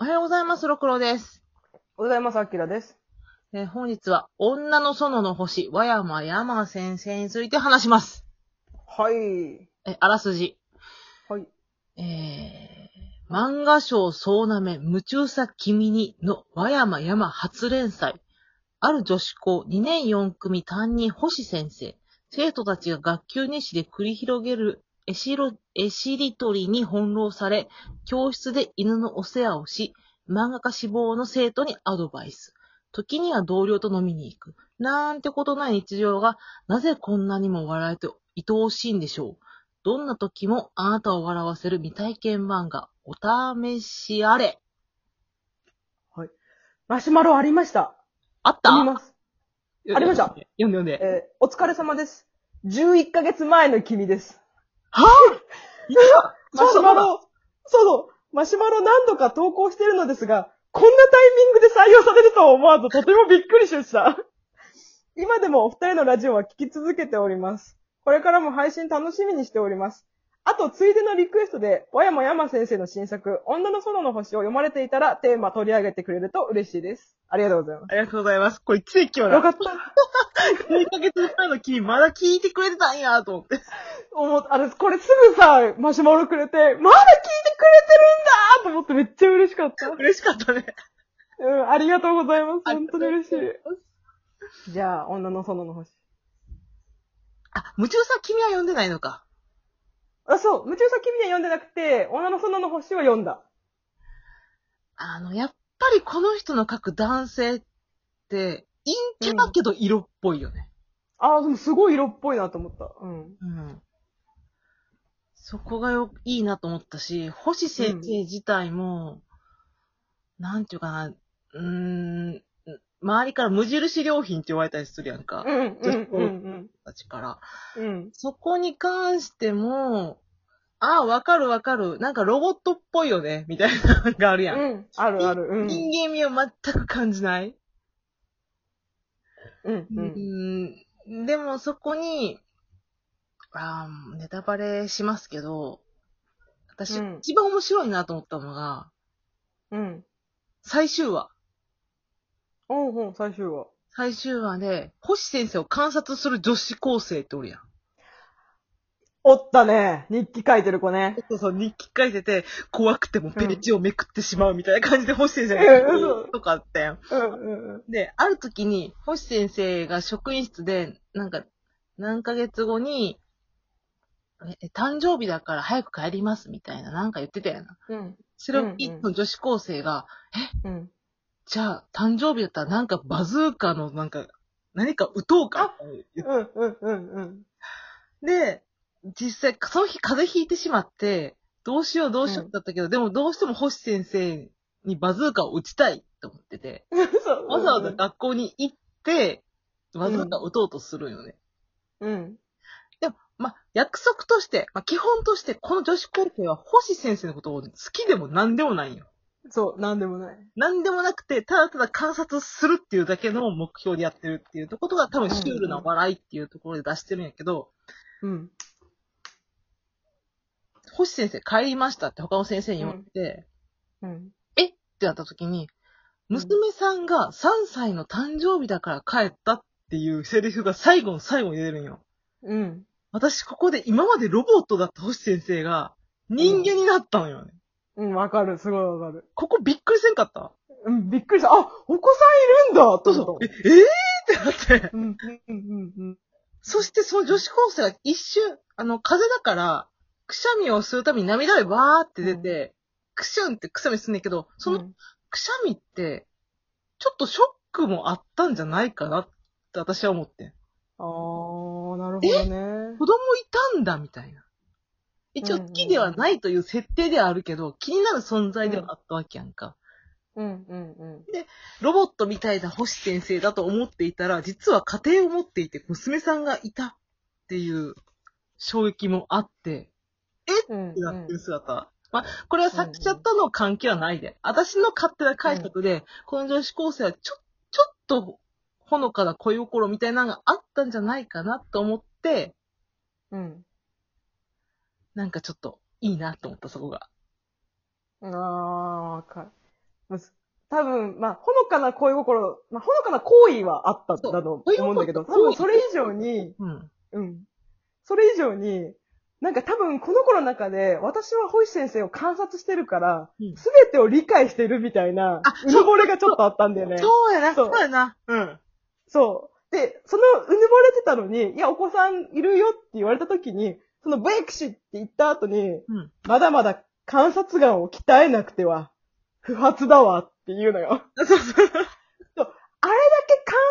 おはようございます、ろくろです。おはようございます、あきらです。えー本日は、女の園の星、和山山先生について話します。はい。え、あらすじ。はい。えー、漫画賞総なめ、夢中さ君にの和山山初連載。ある女子校2年4組担任星先生。生徒たちが学級日誌で繰り広げる絵しろ、絵しりとりに翻弄され、教室で犬のお世話をし、漫画家志望の生徒にアドバイス。時には同僚と飲みに行く。なんてことない日常が、なぜこんなにも笑えて愛おしいんでしょう。どんな時もあなたを笑わせる未体験漫画、お試しあれ。マシュマロありました。あった読みます。ありました読んで読んで。えーお疲れ様です。11ヶ月前の君です。 いやマシュマロ、そうそう、マシュマロ何度か投稿してるのですが、こんなタイミングで採用されるとは思わずとてもびっくりしました。 今でもお二人のラジオは聞き続けております。これからも配信楽しみにしております。あと、ついでのリクエストで、ぼやもやま先生の新作、女の園の星を読まれていたら、テーマ取り上げてくれると嬉しいです。ありがとうございます。ありがとうございます。これ奇跡よよな。かった。 1ヶ月前の君、まだ聞いてくれてたんや、と思って。 思っあれ、これすぐさ、マシュマロくれて、まだ聞いてくれてるんだと思ってめっちゃ嬉しかった。嬉しかったね。うん、ありがとうございます。本当に嬉しありがとうございますい。じゃあ、女の園の星。あ、夢中さん君は読んでないのか。あ、そう、夢中さ君は読んでなくて、女の園の星は読んだ。あの、やっぱりこの人の書く男性って、陰キャだけど色っぽいよね。あー、でもすごい色っぽいなと思った。うん。うん。そこがよ、いいなと思ったし、星先生自体も、なんていうかな、うーん、周りから無印良品って言われたりするやんか、うん、うん、うん、たちから。うん。うん。そこに関しても、ああ、わかるわかる。なんかロボットっぽいよね、みたいなのがあるやん。うん、あるある。うん。うん、人間味を全く感じない。うう。んん、でもそこに、あーネタバレしますけど、私、うん一番面白いなと思ったのが、うん。最終話。おうん、うん、最終話。最終話で、星先生を観察する女子高生っておるやん。おったね。日記書いてる子ね。そうそう、日記書いてて、怖くてもページをめくってしまうみたいな感じで星先生うんがう、んとかあったやん。うん、うん、うん。で、ある時に、星先生が職員室で、なんか、何ヶ月後に、え誕生日だから早く帰りますみたいな、なんか言ってたやな。うん、それを一の女子高生が、うん。じゃあ、誕生日だったらなんかバズーカのなんか、何か打とうかって言っうん、うん、うん、うん。て、実際、その日風邪ひいてしまって、どうしようどうしようってなったけど、でもどうしても星先生にバズーカを打ちたいと思ってて、 そうわざわざ学校に行って、バズーカを打とうとするよね。うん。でも、まあ、約束として、まあ、基本として、この女子高生は星先生のことを好きでも何でもないんよ。そう、なんでもない。何でもなくて、ただただ観察するっていうだけの目標でやってるっていうところが多分シュールな笑いっていうところで出してるんやけど、うん。星先生帰りましたって他の先生に言われて、っうん。てなった時に、うん娘さんが3歳の誕生日だから帰ったっていうセリフが最後の最後に出るんよ。うん。私ここで今までロボットだった星先生が人間になったのよね。うん、わかる。すごいわかる。ここびっくりせんかったうん、びっくりした。あ、お子さんいるんだと思っえ、た。えーってなって。うん、うん、うん、うん。そしてその女子高生が一瞬、あの、風邪だから、くしゃみをするたびに涙がわーって出て、くしゅんってくしゃみすんねんけど、そのうんくしゃみって、ちょっとショックもあったんじゃないかなって私は思ってん。あー、なるほどね。子供いたんだみたいな。一応好きではないという設定ではあるけど、気になる存在ではあったわけやんか。うん、うん、うん。ロボットみたいな星先生だと思っていたら、実は家庭を持っていて娘さんがいたっていう衝撃もあって、うん、やってる姿。まあ、これは作者との関係はないで。私の勝手な解釈で、この女子高生はちょ、ちょっとほのかな恋心みたいなのがあったんじゃないかなと思って、うん。なんかちょっといいなと思った、そこが。うん。あー、わかる。多分、まあ、ほのかな恋心、まあ、ほのかな行為はあったんだと思うんだけど、そ多う恋心分それ以上に、うん。うん。それ以上に、なんか多分この子の中で、私は星先生を観察してるからうん、すべてを理解してるみたいなあ、うぬぼれがちょっとあったんだよね。そうやな、そそううやな。うん。そう。で、そのうぬぼれてたのに、いや、お子さんいるよって言われた時に、そのブエクシって言った後に、うんまだまだ観察眼を鍛えなくては、不発だわっていうのよ。そうそう。だけ観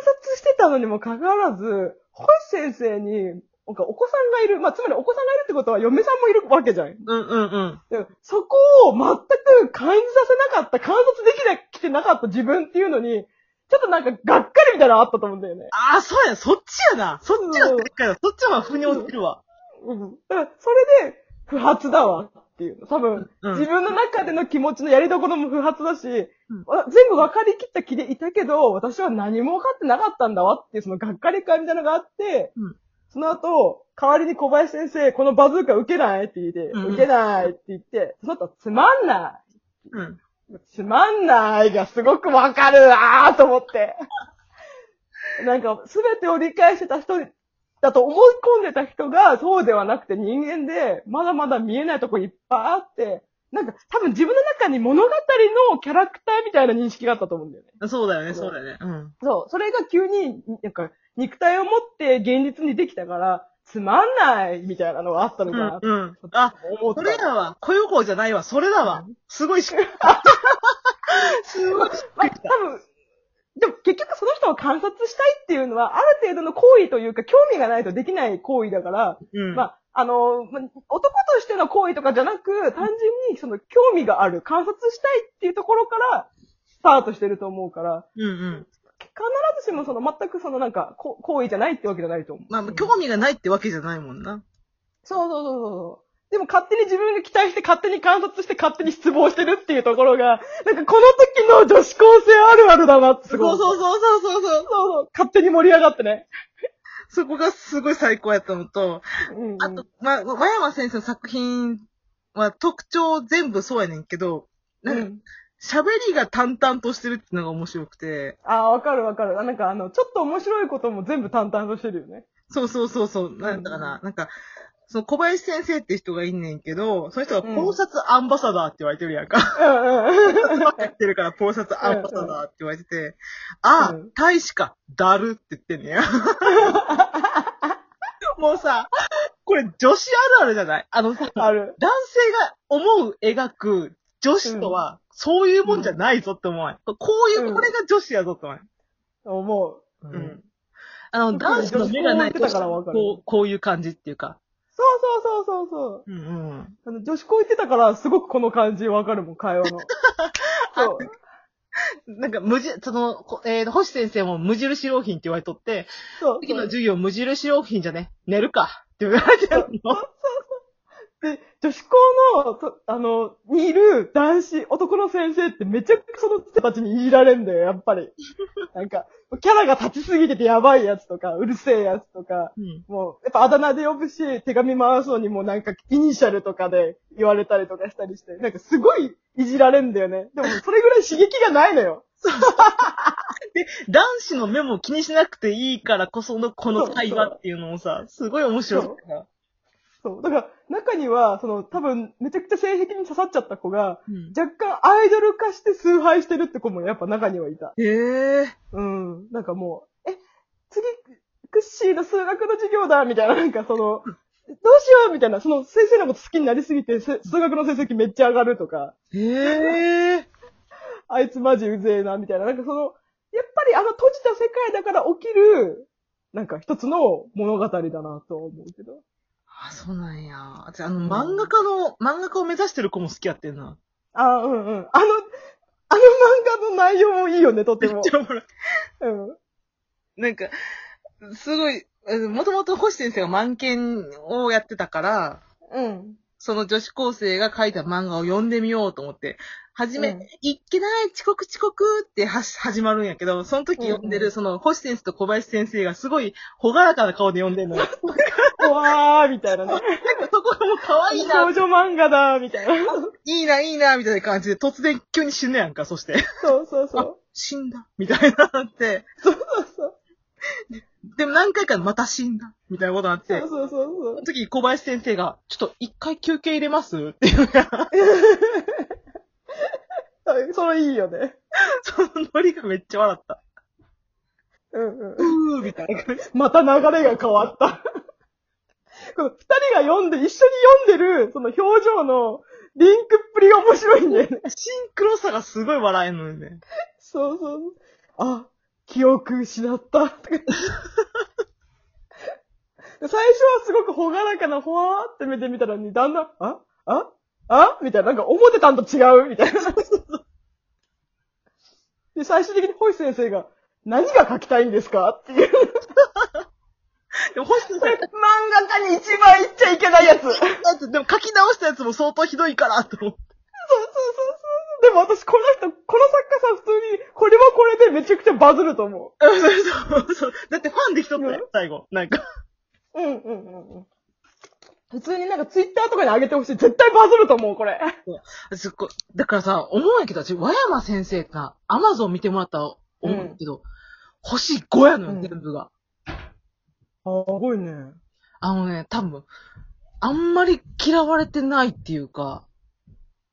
察してたのにもかかわらず、星先生に、なんかお子さんがいる、まあ、つまりお子さんがいるってことは嫁さんもいるわけじゃん。うんうんうん。でそこを全く感じさせなかった、観察できなきてなかった自分っていうのに、ちょっとなんかがっかりみたいなのあったと思うんだよね。ああ、そうや、そっちやな。そっちやったから、そっちは腑に落ちるわ。うん。だから、それで、不発だわっていうの。多分、うん自分の中での気持ちのやりどころも不発だし、んわ全部分かりきった気でいたけど、私は何も分かってなかったんだわっていう、そのがっかり感みたいなのがあって、うんその後、代わりに小林先生、このバズーカ受けないって言って、うんうん受けないって言って、その後、つまんなうん。い。つまんないがすごくわかるわーと思って。なんか、すべてを理解してた人だと思い込んでた人が、そうではなくて人間で、まだまだ見えないとこいっぱいあって、なんか、多分自分の中に物語のキャラクターみたいな認識があったと思うんだよね。そうだよね、そうだよね。うん。そう。それが急に、なんか、肉体を持って現実にできたから、つまんないみたいなのがあったのうかんな、うん。あ、思っそた。れだわ。小予報じゃないわ。それだわ。すごいし、 すごいしっまくりあ、き多た。分、でも結局その人を観察したいっていうのは、ある程度の行為というか、興味がないとできない行為だから、うん。まあ、あの、ま男としての行為とかじゃなく、単純にその興味がある、観察したいっていうところから、スタートしてると思うから、うんうん。必ずしもその全くそのなんか、こ行為じゃないってわけじゃないと思う。まあ、うん興味がないってわけじゃないもんな。そうそうそうそう。でも勝手に自分が期待して、勝手に観察して、勝手に失望してるっていうところが、なんかこの時の女子高生あるあるだなってすそうごいそ思うう。そうそうそうそう。そうそう、勝手に盛り上がってね。そこがすごい最高やったのと、うんうんあと、、まあ、和山先生の作品は特徴全部そうやねんけど、うなんかん。喋りが淡々としてるっていうのが面白くて、ああ、わかるわかる。あなんかあの、ちょっと面白いことも全部淡々としてるよね。そうそうそうそう、なんだかな、なんか、その小林先生って人がいんねんけど、その人は考察アンバサダーって言われてるやんか。うんうん。ばっかやってるから、考察アンバサダーって言われてて、ああうん、大使か、だるって言ってんねや。 もうさ、これ女子あるあるじゃないあのさ、ある。男性が思う、描く女子とは、そういうもんじゃないぞって思わない。こういう、うんこれが女子やぞって思わない。思う。ううんん。あの、男子の目がないと女子高校行ってたからわかるこう、こういう感じっていうか。そうそうそうそうそう。うんうん。あの、女子校行ってたから、すごくこの感じわかるもん、会話の。そう。なんか、無じ、その、こえー星先生も無印良品って言われとって、そう。次の授業無印良品じゃね、寝るかって言われてるの。で、女子校の、とあの、にいる男子、男の先生ってめちゃくちゃその人たちにいじられんだよ、やっぱり。なんか、キャラが立ちすぎててやばいやつとか、うるせえやつとか、うん。もう、やっぱあだ名で呼ぶし、手紙回すのにもなんか、イニシャルとかで言われたりとかしたりして、なんかすごいいじられんだよね。でも、それぐらい刺激がないのよ。男子の目も気にしなくていいからこその、この会話っていうのもさ、すごい面白い。そう。だから、中には、その、多分、めちゃくちゃ性癖に刺さっちゃった子が、うん若干アイドル化して崇拝してるって子もやっぱ中にはいた。へえー。うん。なんかもう、え、次、クッシーの数学の授業だみたいな、なんかその、どうしようみたいな、その先生のこと好きになりすぎて、せ数学の成績めっちゃ上がるとか、へえー。あいつマジうぜえな、みたいな、なんかその、やっぱりあの閉じた世界だから起きる、なんか一つの物語だなと思うけど。あ、そうなんや。私、あの、漫画家の、漫画家を目指してる子も好きやってんな。あうんうん。あの、あの漫画の内容もいいよね、とてめっもち。ゃおもろい。うん。 なんか、すごい、もともと星先生が漫研をやってたから、うん。その女子高生が書いた漫画を読んでみようと思って、はじめ、うんいっけない、遅刻遅刻ってはし始まるんやけど、その時読んでうんうる、その、星先生と小林先生がすごい、ほがらかな顔で読んでる のよ。うわー、みた いなね。そこがもう可愛い少な、女漫画だ、みたい な。いいな、いいな、みたいな感じで、突然急に死ぬやんか、そして。そうそうそう。死んだ、みたいなって。そうそうでも何回かまた死んだ、みたいなことあって。そうそうそうその時に小林先生が、ちょっと一回休憩入れますっていうから、そう。それいいよね。そのノリがめっちゃ笑った。うんうん。うーみたいな感じ。また流れが変わった。 この二人が読んで、一緒に読んでる、その表情のリンクっぷりが面白いんだよね。シンクロさがすごい笑えるのよね。そうそう。あ、記憶失った。とか言って最初はすごくほがらかな、ほわーって目で見たのに、だんだん、あああみたいな、なんか思ってたんと違うみたいな。で、最終的にホイ先生が、何が書きたいんですかっていう。でも星先漫画家に一番言っちゃいけないやつ。そうそうそう生、でも書き直したやつも相当ひどいから、と思って。そう。でも私この人、この作家さん普通に、これはこれでめちゃくちゃバズると思う。そうそうそう。だってファンできとったよ、最後。なんか。うんうんうんうん。普通になんかツイッターとかに上げてほしい。絶対バズると思う、これ。すっごい。だからさ、思うんやけど、私、和山先生が、アマゾン見てもらったら思うんやけど、星5やのうんよ、全部が。あ、すごいね。あのね、多分、あんまり嫌われてないっていうか、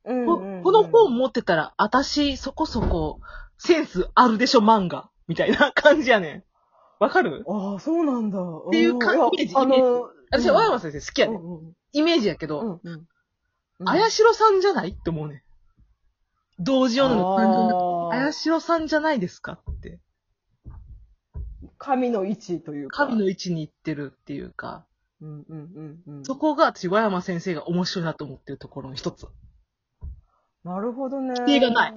うんここの本持ってたら、私、そこそこ、センスあるでしょ、漫画。みたいな感じやねん。わかるああ、そうなんだ。ていう感うんイメージいやあイメーの、私、和山先生好きやねん。うイメージやけど、んうん。綾しい代さんじゃないって思うねん。同時読んでも感情なく綾代さんじゃないですかって。神の位置というか。神の位置に行ってるっていうか、うんうんうんうん。そこが私、和山先生が面白いなと思ってるところの一つ。なるほどね。否定がない。